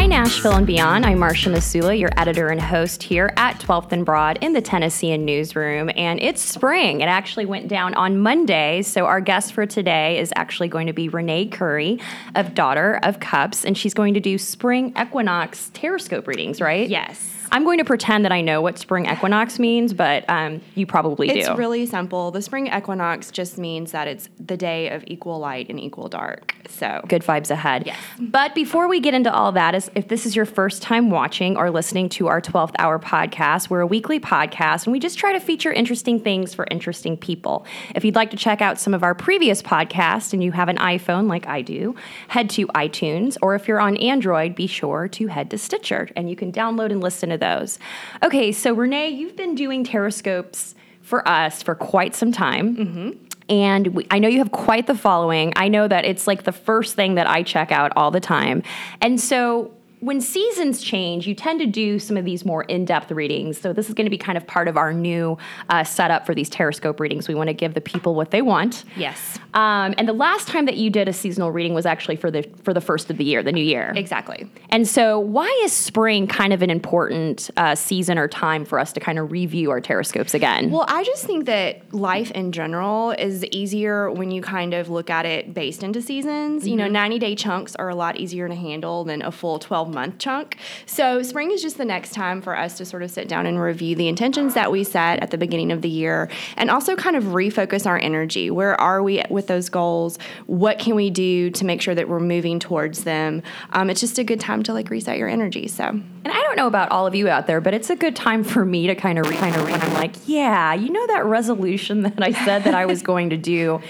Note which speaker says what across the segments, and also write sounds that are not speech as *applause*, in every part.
Speaker 1: Nashville and beyond. I'm Marcia Masula, your editor and host here at 12th and Broad in the Tennessean newsroom. And it's spring. It actually went down on Monday. So our guest for today is actually going to be Renee Curry of Daughter of Cups, and she's going to do spring equinox teroscope readings, right?
Speaker 2: Yes.
Speaker 1: I'm going to pretend that I know what spring equinox means, but um, you probably
Speaker 2: It's
Speaker 1: do.
Speaker 2: really simple. The spring equinox just means that it's the day of equal light and equal dark. So
Speaker 1: good vibes ahead. But before we get into all that, is if this is your first time watching or listening to our 12th hour podcast, we're a weekly podcast and we just try to feature interesting things for interesting people. If you'd like to check out some of our previous podcasts and you have an iPhone like I do, head to iTunes or if you're on Android, be sure to head to Stitcher and you can download and listen to those. Okay, so Renee, you've been doing teroscopes for us for quite some time. And we, I know you have quite the following. I know that it's like the first thing that I check out all the time. And so when seasons change, you tend to do some of these more in depth readings. So this is going to be kind of part of our new uh, setup for these Terrascope readings. We want to give the people what they want.
Speaker 2: Yes.
Speaker 1: Um, and the last time that you did a seasonal reading was actually for the for the first of the year, the new year.
Speaker 2: exactly.
Speaker 1: And so, why is spring kind of an important uh, season or time for us to kind of review our Terrascopes again?
Speaker 2: Well, I just think that life in general is easier when you kind of look at it based into seasons. You know, 90 day chunks are a lot easier to handle than a full 12 month chunk. So, spring is just the next time for us to sort of sit down and review the intentions that we set at the beginning of the year and also kind of refocus our energy. Where are we with those goals? What can we do to make sure that we're moving towards them? Um, it's just a good time to like reset your energy. So,
Speaker 1: And I don't know about all of you out there, but it's a good time for me to kind of kind of I'm like, yeah, you know that resolution *laughs* that I said that I was going to do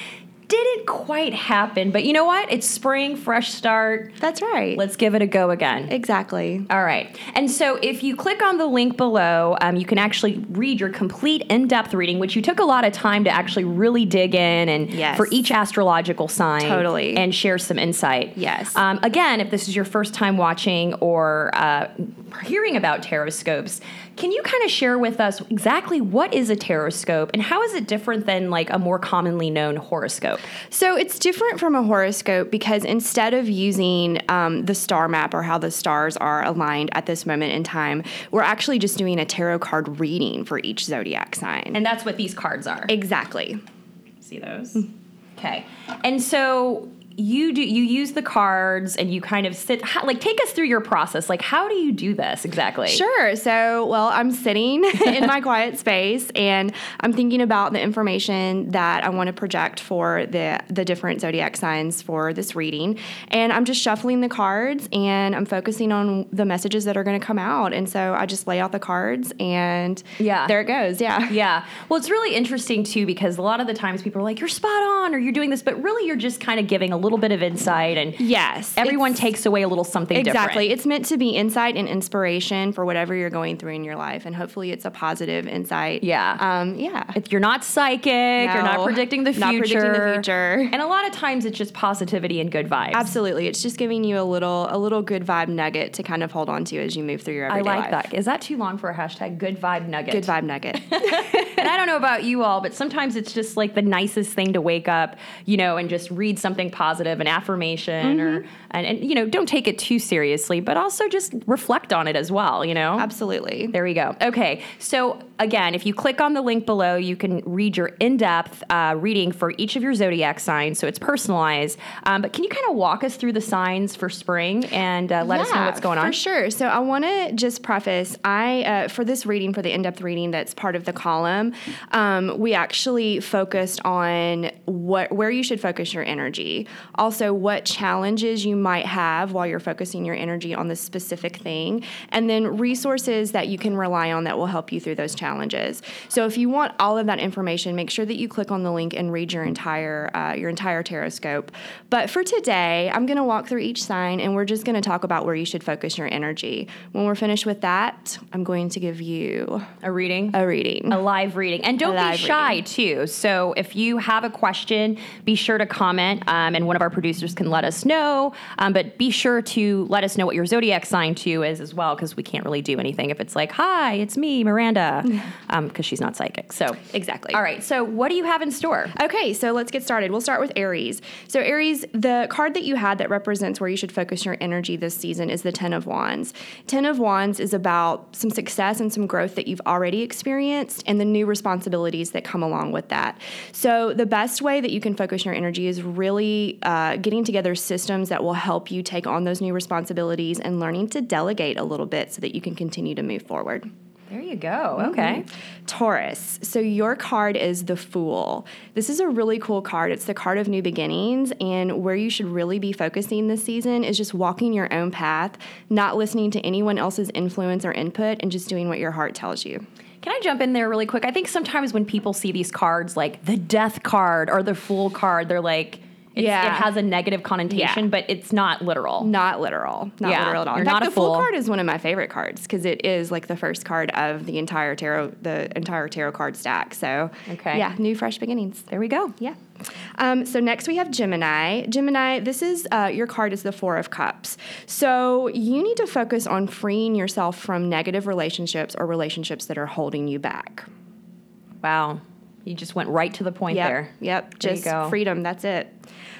Speaker 1: didn't quite happen, but you know what? It's spring, fresh start.
Speaker 2: that's right.
Speaker 1: Let's give it a go again.
Speaker 2: exactly.
Speaker 1: All right. And so if you click on the link below, um, you can actually read your complete in depth reading, which you took a lot of time to actually really dig in and
Speaker 2: Yes.
Speaker 1: for each astrological sign.
Speaker 2: Totally.
Speaker 1: And share some insight.
Speaker 2: Yes.
Speaker 1: Um, again, if this is your first time watching or uh, hearing about taroscopes, can you kind of share with us exactly what is a taroscope and how is it different than like a more commonly known horoscope?
Speaker 2: So it's different from a horoscope because instead of using um, the star map or how the stars are aligned at this moment in time, we're actually just doing a tarot card reading for each zodiac sign.
Speaker 1: And that's what these cards are.
Speaker 2: exactly.
Speaker 1: see those okay and so you do you use the cards and you kind of sit how, like take us through your process like how do you do this exactly
Speaker 2: Sure. So, well, I'm sitting *laughs* in my quiet space and I'm thinking about the information that I want to project for the the different zodiac signs for this reading. And I'm just shuffling the cards and I'm focusing on the messages that are going to come out. And so I just lay out the cards and
Speaker 1: Yeah.
Speaker 2: there it goes. Yeah.
Speaker 1: yeah well it's really interesting too because a lot of the times people are like you're spot on or you're doing this but really you're just kind of giving a little bit of insight and
Speaker 2: Yes.
Speaker 1: everyone
Speaker 2: it's-
Speaker 1: takes away a little something
Speaker 2: Exactly.
Speaker 1: different
Speaker 2: It's meant to be insight and inspiration for whatever you're going through in your life. And hopefully it's a positive insight.
Speaker 1: Yeah.
Speaker 2: Um, yeah.
Speaker 1: if you're not psychic you're not
Speaker 2: No.
Speaker 1: predicting the future
Speaker 2: Not predicting the future.
Speaker 1: and a lot of times it's just positivity and good vibes
Speaker 2: Absolutely. It's just giving you a little a little good vibe nugget to kind of hold on to as you move through your
Speaker 1: i
Speaker 2: everyday
Speaker 1: like
Speaker 2: life.
Speaker 1: that is that too long for a hashtag good vibe nugget
Speaker 2: Good vibe *laughs* nugget.
Speaker 1: and I don't know about you all, but sometimes it's just like the nicest thing to wake up, you know, and just read something positive, an affirmation,
Speaker 2: Mm-hmm.
Speaker 1: or and, and you know, don't take it too seriously, but also just reflect on it as well, you know.
Speaker 2: Absolutely.
Speaker 1: There we go. Okay. So, again, if you click on the link below, you can read your in depth uh, reading for each of your zodiac signs. So it's personalized. Um, but can you kind of walk us through the signs for spring and uh, let us know
Speaker 2: Yeah,
Speaker 1: what's going on?
Speaker 2: For sure. So I want to just preface I uh, for this reading for the in-depth reading that's part of the column, um, we actually focused on what where you should focus your energy. Also what challenges you might have while you're focusing your energy on this specific thing and then resources that you can rely on that will help you through those challenges. So if you want all of that information, make sure that you click on the link and read your entire uh, your entire tarot scope. But for today, I'm going to walk through each sign and we're just going to talk about where you should focus your energy. When we're finished with that, I'm going to give you
Speaker 1: A reading?
Speaker 2: a reading.
Speaker 1: a live reading. And don't be
Speaker 2: live
Speaker 1: shy too. So if you have a question, be sure to comment, um, and one of our producers can let us know. Um, but be sure to let us know what your zodiac sign too is as well, because we can't really do anything if it's like, hi, it's me, *laughs* Miranda, because she's not psychic. So
Speaker 2: Exactly.
Speaker 1: All right. So what do you have in store?
Speaker 2: *laughs* Okay, so let's get started. We'll start with Aries. So, Aries, the card that you had that represents where you should focus your energy this season is the Ten of Wands. Ten of Wands is about some success and some growth that you've already experienced and the new responsibilities that come along with that. So, the best way that you can focus your energy is really uh, getting together systems that will help you take on those new responsibilities and learning to delegate a little bit so that you can continue to move forward.
Speaker 1: There you go. Okay.
Speaker 2: Taurus. So your card is the Fool. This is a really cool card. It's the card of new beginnings, and where you should really be focusing this season is just walking your own path, not listening to anyone else's influence or input, and just doing what your heart tells you.
Speaker 1: Can I jump in there really quick? I think sometimes when people see these cards, like the death card or the fool card, they're like, it's,
Speaker 2: Yeah.
Speaker 1: it has a negative connotation, but it's not literal.
Speaker 2: Not literal. Not
Speaker 1: Yeah,
Speaker 2: literal at all.
Speaker 1: you're
Speaker 2: In fact,
Speaker 1: not a
Speaker 2: the Fool
Speaker 1: fool.
Speaker 2: card is one of my favorite cards because it is like the first card of the entire tarot, the entire tarot card stack. So
Speaker 1: Okay.
Speaker 2: yeah, new fresh beginnings.
Speaker 1: There we go.
Speaker 2: Yeah. Um, so next we have Gemini. Gemini, this is uh, your card is the Four of Cups. So you need to focus on freeing yourself from negative relationships or relationships that are holding you back.
Speaker 1: Wow. You just went right to the point
Speaker 2: Yep.
Speaker 1: there.
Speaker 2: Yep.
Speaker 1: There you
Speaker 2: Just
Speaker 1: go.
Speaker 2: freedom. That's it.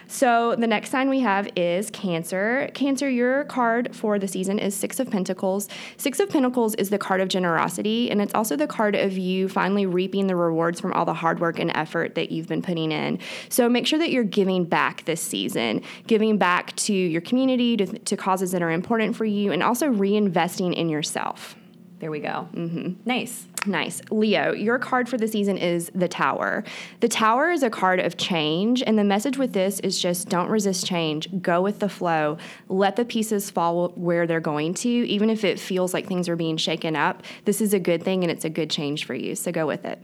Speaker 2: So the next sign we have is Cancer. Cancer, your card for the season is Six of Pentacles. Six of Pentacles is the card of generosity, and it's also the card of you finally reaping the rewards from all the hard work and effort that you've been putting in. So make sure that you're giving back this season, giving back to your community, to, to causes that are important for you, and also reinvesting in yourself.
Speaker 1: There we go. Mm-hmm. Nice.
Speaker 2: Nice. Leo, your card for the season is the Tower. The Tower is a card of change, and the message with this is just don't resist change. Go with the flow. Let the pieces fall where they're going to, even if it feels like things are being shaken up. This is a good thing, and it's a good change for you. So go with it.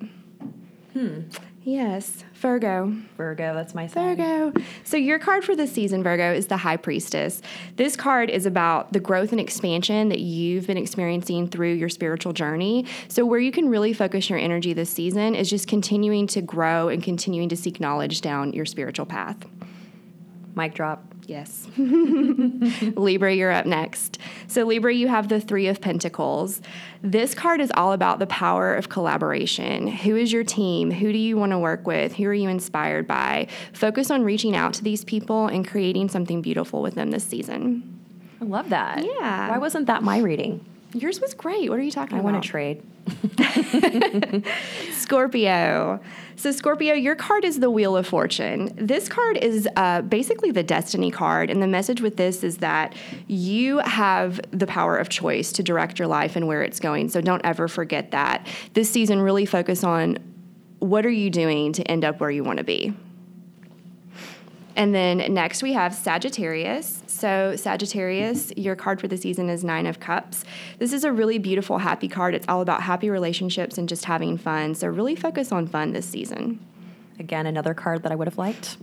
Speaker 2: Hmm. Yes, Virgo.
Speaker 1: Virgo, that's my sign.
Speaker 2: Virgo. So your card for this season, Virgo, is the High Priestess. This card is about the growth and expansion that you've been experiencing through your spiritual journey. So where you can really focus your energy this season is just continuing to grow and continuing to seek knowledge down your spiritual path.
Speaker 1: Mic drop.
Speaker 2: Yes. *laughs* Libra, you're up next. So, Libra, you have the Three of Pentacles. This card is all about the power of collaboration. Who is your team? Who do you want to work with? Who are you inspired by? Focus on reaching out to these people and creating something beautiful with them this season.
Speaker 1: I love that.
Speaker 2: Yeah.
Speaker 1: Why wasn't that my reading?
Speaker 2: Yours was great. What are you talking
Speaker 1: I
Speaker 2: about?
Speaker 1: want to trade.
Speaker 2: Scorpio. So, Scorpio, your card is the Wheel of Fortune. This card is uh, basically the Destiny card, and the message with this is that you have the power of choice to direct your life and where it's going. So, don't ever forget that. This season, really focus on what are you doing to end up where you want to be. And then next we have Sagittarius. So, Sagittarius, your card for the season is Nine of Cups. This is a really beautiful, happy card. It's all about happy relationships and just having fun. So, really focus on fun this season.
Speaker 1: Again, another card that I would have liked.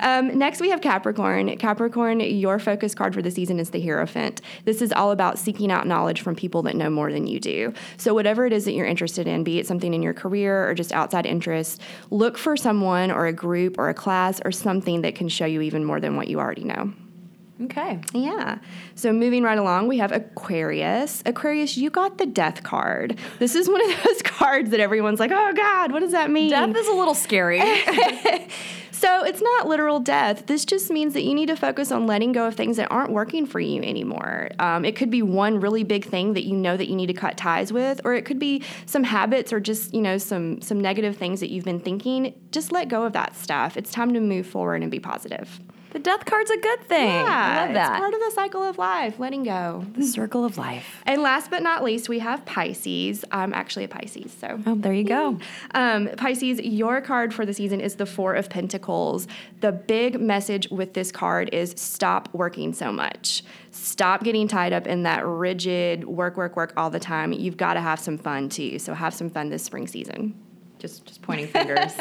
Speaker 2: Um, next, we have Capricorn. Capricorn, your focus card for the season is the Hierophant. This is all about seeking out knowledge from people that know more than you do. So, whatever it is that you're interested in, be it something in your career or just outside interest, look for someone or a group or a class or something that can show you even more than what you already know.
Speaker 1: Okay.
Speaker 2: Yeah. So moving right along, we have Aquarius. Aquarius, you got the death card. This is one of *laughs* those cards that everyone's like, oh God, what does that mean?
Speaker 1: Death is a little
Speaker 2: *laughs*
Speaker 1: scary.
Speaker 2: So it's not literal death. This just means that you need to focus on letting go of things that aren't working for you anymore. Um, it could be one really big thing that you know that you need to cut ties with, or it could be some habits or just you know some some negative things that you've been thinking. Just let go of that stuff. It's time to move forward and be positive.
Speaker 1: the death card's a good thing. I love
Speaker 2: it's
Speaker 1: that.
Speaker 2: part of the cycle of life. Letting go.
Speaker 1: the circle of life.
Speaker 2: And last but not least, we have Pisces. I'm actually a Pisces, so.
Speaker 1: Oh, there you go.
Speaker 2: Um, Pisces, your card for the season is the Four of Pentacles. The big message with this card is stop working so much. Stop getting tied up in that rigid work, work, work all the time. You've got to have some fun too. So have some fun this spring season. *laughs*
Speaker 1: Just just pointing fingers.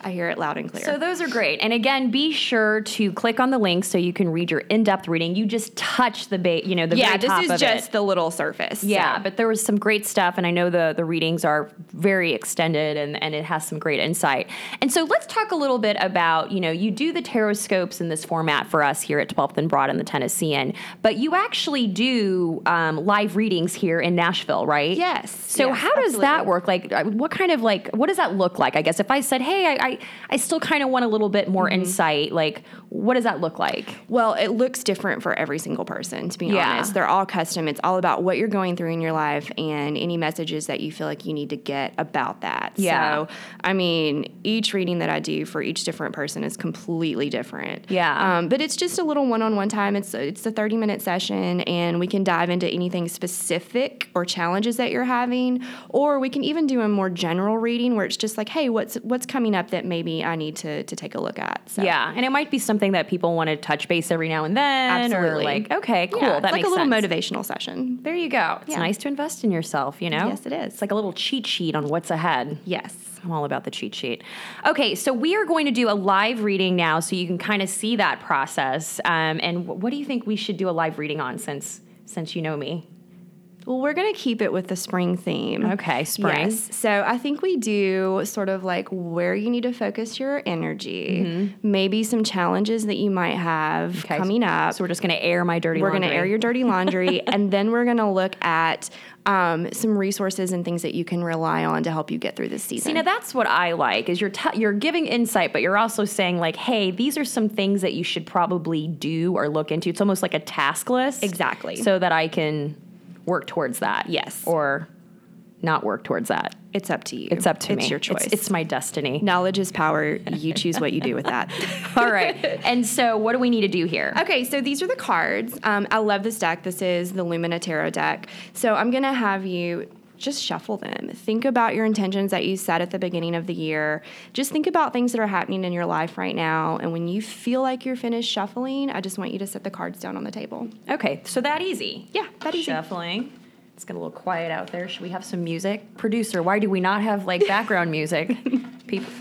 Speaker 2: I hear it loud and clear.
Speaker 1: So those are great. And again, be sure to click on the link so you can read your in-depth reading. You just touch the bait, you know, the
Speaker 2: yeah,
Speaker 1: very
Speaker 2: this
Speaker 1: top
Speaker 2: is
Speaker 1: of
Speaker 2: just
Speaker 1: it.
Speaker 2: the little surface.
Speaker 1: Yeah,
Speaker 2: so.
Speaker 1: but there was some great stuff, and I know the the readings are very extended, and and it has some great insight. And so let's talk a little bit about you know you do the tarot scopes in this format for us here at Twelfth and Broad in the Tennessean, but you actually do um, live readings here in Nashville, right?
Speaker 2: Yes,
Speaker 1: So
Speaker 2: yes,
Speaker 1: how does that
Speaker 2: absolutely.
Speaker 1: work? Like, I- what kind of like what does that look like? I guess if I said, hey, I I, I still kind of want a little bit more
Speaker 2: Mm-hmm.
Speaker 1: insight. Like, what does that look like?
Speaker 2: Well, it looks different for every single person, to be
Speaker 1: Yeah.
Speaker 2: honest. They're all custom. It's all about what you're going through in your life and any messages that you feel like you need to get about that.
Speaker 1: Yeah.
Speaker 2: So, I mean, each reading that I do for each different person is completely different.
Speaker 1: Yeah.
Speaker 2: Um, but it's just a little one on one time. It's, it's a 30 minute session, and we can dive into anything specific or challenges that you're having, or we can even do a more general reading where it's just like, hey, what's, what's coming up that maybe I need to, to take a look at? So.
Speaker 1: Yeah, and it might be something that people want to touch base every now and then, or
Speaker 2: Absolutely.
Speaker 1: like, okay, cool,
Speaker 2: Yeah,
Speaker 1: that
Speaker 2: it's like
Speaker 1: makes
Speaker 2: a little
Speaker 1: sense.
Speaker 2: motivational session.
Speaker 1: There you go. It's
Speaker 2: Yeah.
Speaker 1: nice to invest in yourself, you know.
Speaker 2: Yes, it is.
Speaker 1: It's like a little cheat sheet on what's ahead.
Speaker 2: Yes.
Speaker 1: I'm all about the cheat sheet. Okay, so we are going to do a live reading now, so you can kind of see that process. Um, and wh- what do you think we should do a live reading on, since since you know me?
Speaker 2: Well, we're going to keep it with the spring theme.
Speaker 1: Okay, spring.
Speaker 2: Yes. So I think we do sort of like where you need to focus your energy, maybe some challenges that you might have
Speaker 1: Okay.
Speaker 2: coming up.
Speaker 1: So we're just going to air my dirty.
Speaker 2: we're going to
Speaker 1: laundry.
Speaker 2: air your dirty laundry, and then we're going to look at um, some resources and things that you can rely on to help you get through this season.
Speaker 1: See, now that's what I like is you're t- you're giving insight, but you're also saying like, hey, these are some things that you should probably do or look into. It's almost like a task list,
Speaker 2: Exactly.
Speaker 1: so that I can work towards that.
Speaker 2: Yes.
Speaker 1: or not work towards that.
Speaker 2: it's up to you.
Speaker 1: It's up to me.
Speaker 2: It's your choice.
Speaker 1: It's, my destiny.
Speaker 2: *laughs* Knowledge is power. You choose what you do with *laughs* that.
Speaker 1: All right. And so, what do we need to do here?
Speaker 2: Okay, so these are the cards. Um, I love this deck. This is the Lumina Tarot deck. So I'm going to have you just shuffle them. Think about your intentions that you set at the beginning of the year. Just think about things that are happening in your life right now. And when you feel like you're finished shuffling, I just want you to set the cards down on the table.
Speaker 1: Okay. So that easy.
Speaker 2: Yeah, that easy.
Speaker 1: Shuffling. It's got a little quiet out there. Should we have some music, producer? Why do we not have like background
Speaker 2: *laughs*
Speaker 1: music? People.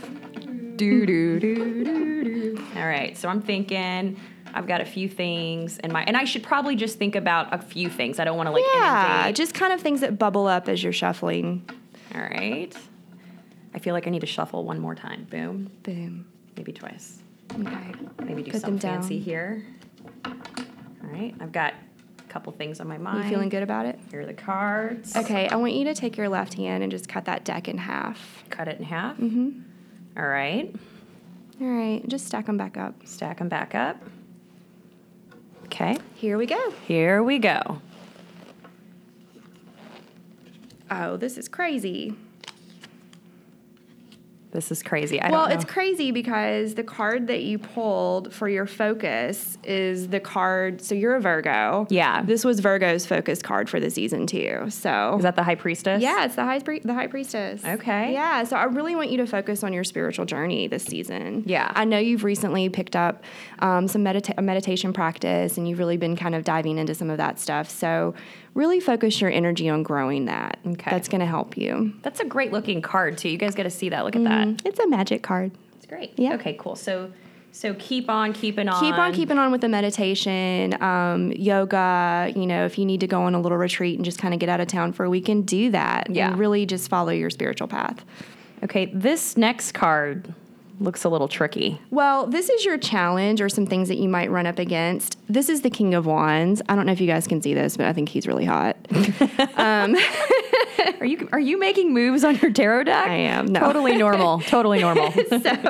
Speaker 1: Do do do do do. All right. So I'm thinking. I've got a few things in my, and I should probably just think about a few things. I don't want to like
Speaker 2: Yeah,
Speaker 1: inundate.
Speaker 2: just kind of things that bubble up as you're shuffling.
Speaker 1: All right. I feel like I need to shuffle one more time. Boom.
Speaker 2: Boom.
Speaker 1: Maybe twice.
Speaker 2: Okay.
Speaker 1: Maybe do
Speaker 2: Put
Speaker 1: something
Speaker 2: them down.
Speaker 1: fancy here. All right, I've got a couple things on my mind.
Speaker 2: You feeling good about it?
Speaker 1: Here are the cards.
Speaker 2: Okay, I want you to take your left hand and just cut that deck in half.
Speaker 1: Cut it in half. Mm-hmm. All right,
Speaker 2: All right, just stack them back up.
Speaker 1: stack them back up. Okay,
Speaker 2: Here we go.
Speaker 1: here we go.
Speaker 2: Oh, this is crazy.
Speaker 1: This is crazy. I
Speaker 2: well,
Speaker 1: don't know.
Speaker 2: it's crazy because the card that you pulled for your focus is the card. So you're a Virgo.
Speaker 1: Yeah.
Speaker 2: This was Virgo's focus card for the season too. So
Speaker 1: is that the high priestess?
Speaker 2: yeah, it's the high pri- the high priestess.
Speaker 1: Okay.
Speaker 2: Yeah. So I really want you to focus on your spiritual journey this season.
Speaker 1: Yeah.
Speaker 2: I know you've recently picked up um, some medita- a meditation practice, and you've really been kind of diving into some of that stuff. So really focus your energy on growing that.
Speaker 1: Okay.
Speaker 2: That's going to help you.
Speaker 1: That's a great looking card too. You guys got to see that. Look at that.
Speaker 2: It's a magic card.
Speaker 1: It's great.
Speaker 2: Yeah.
Speaker 1: Okay. Cool. So, so keep on keeping on.
Speaker 2: keep on keeping on with the meditation, um, yoga. You know, if you need to go on a little retreat and just kind of get out of town for a weekend, do that.
Speaker 1: Yeah.
Speaker 2: And really just follow your spiritual path.
Speaker 1: Okay. This next card looks a little tricky.
Speaker 2: Well, this is your challenge or some things that you might run up against. This is the King of Wands. I don't know if you guys can see this, but I think he's really hot.
Speaker 1: *laughs* Are you are you making moves on your tarot deck?
Speaker 2: I am.
Speaker 1: *laughs*
Speaker 2: No.
Speaker 1: Totally normal. totally *laughs* normal.
Speaker 2: *laughs*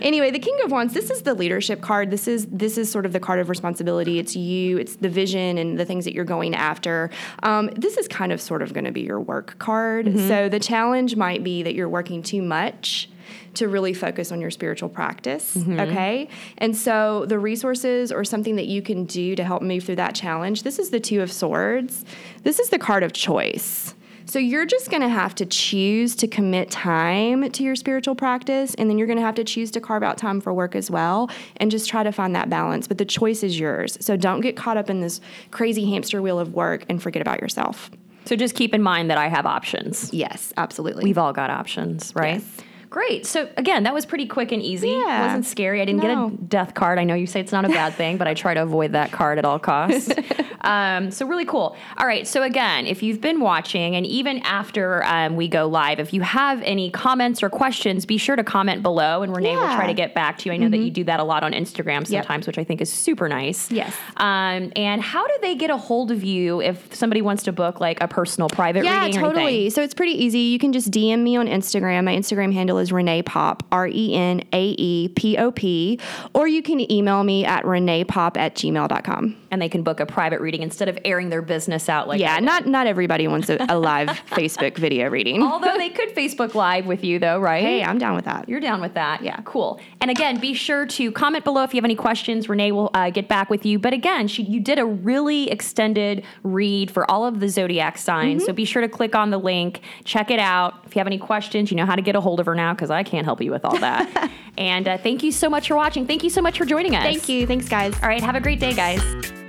Speaker 2: anyway, the King of Wands, this is the leadership card. This is this is sort of the card of responsibility. It's you, it's the vision and the things that you're going after. Um, this is kind of sort of going to be your work card. So the challenge might be that you're working too much to really focus on your spiritual practice, okay? And so the resources or something that you can do to help move through that challenge. This is the 2 of swords. This is the card of choice. So you're just going to have to choose to commit time to your spiritual practice, and then you're going to have to choose to carve out time for work as well, and just try to find that balance. But the choice is yours. So don't get caught up in this crazy hamster wheel of work and forget about yourself.
Speaker 1: so just keep in mind that I have options.
Speaker 2: Yes, absolutely.
Speaker 1: We've all got options, right? Great. So again, that was pretty quick and easy.
Speaker 2: Yeah.
Speaker 1: It wasn't scary. I didn't
Speaker 2: No.
Speaker 1: get a death card. I know you say it's not a bad thing, but I try to avoid that card at all
Speaker 2: *laughs*
Speaker 1: costs. um, so really cool. All right. So again, if you've been watching, and even after um, we go live, if you have any comments or questions, be sure to comment below, and Renee will
Speaker 2: Yeah. Mm-hmm.
Speaker 1: try to get back to you. I know that you do that a lot on Instagram sometimes, which I think is super nice.
Speaker 2: Yes.
Speaker 1: Um, and how do they get a hold of you if somebody wants to book like a personal private
Speaker 2: Yeah,
Speaker 1: reading? or anything?
Speaker 2: totally. So it's pretty easy. You can just DM me on Instagram. My Instagram handle is Renee Pop, R E N A E P O P, or you can email me at reneepop at gmail.com.
Speaker 1: and they can book a private reading instead of airing their business out like
Speaker 2: Yeah, not not everybody wants a, a *laughs* live Facebook video reading.
Speaker 1: although they could facebook live with you though right
Speaker 2: hey, I'm down with that.
Speaker 1: you're down with that
Speaker 2: Yeah.
Speaker 1: cool and again be sure to comment below if you have any questions renee will uh, get back with you but again she, you did a really extended read for all of the zodiac signs
Speaker 2: Mm-hmm.
Speaker 1: so be sure to click on the link check it out if you have any questions you know how to get a hold of her now because i can't help you with all
Speaker 2: *laughs*
Speaker 1: that and uh, thank you so much for watching thank you so much for joining us
Speaker 2: Thank you. Thanks, guys.
Speaker 1: all right have a great day guys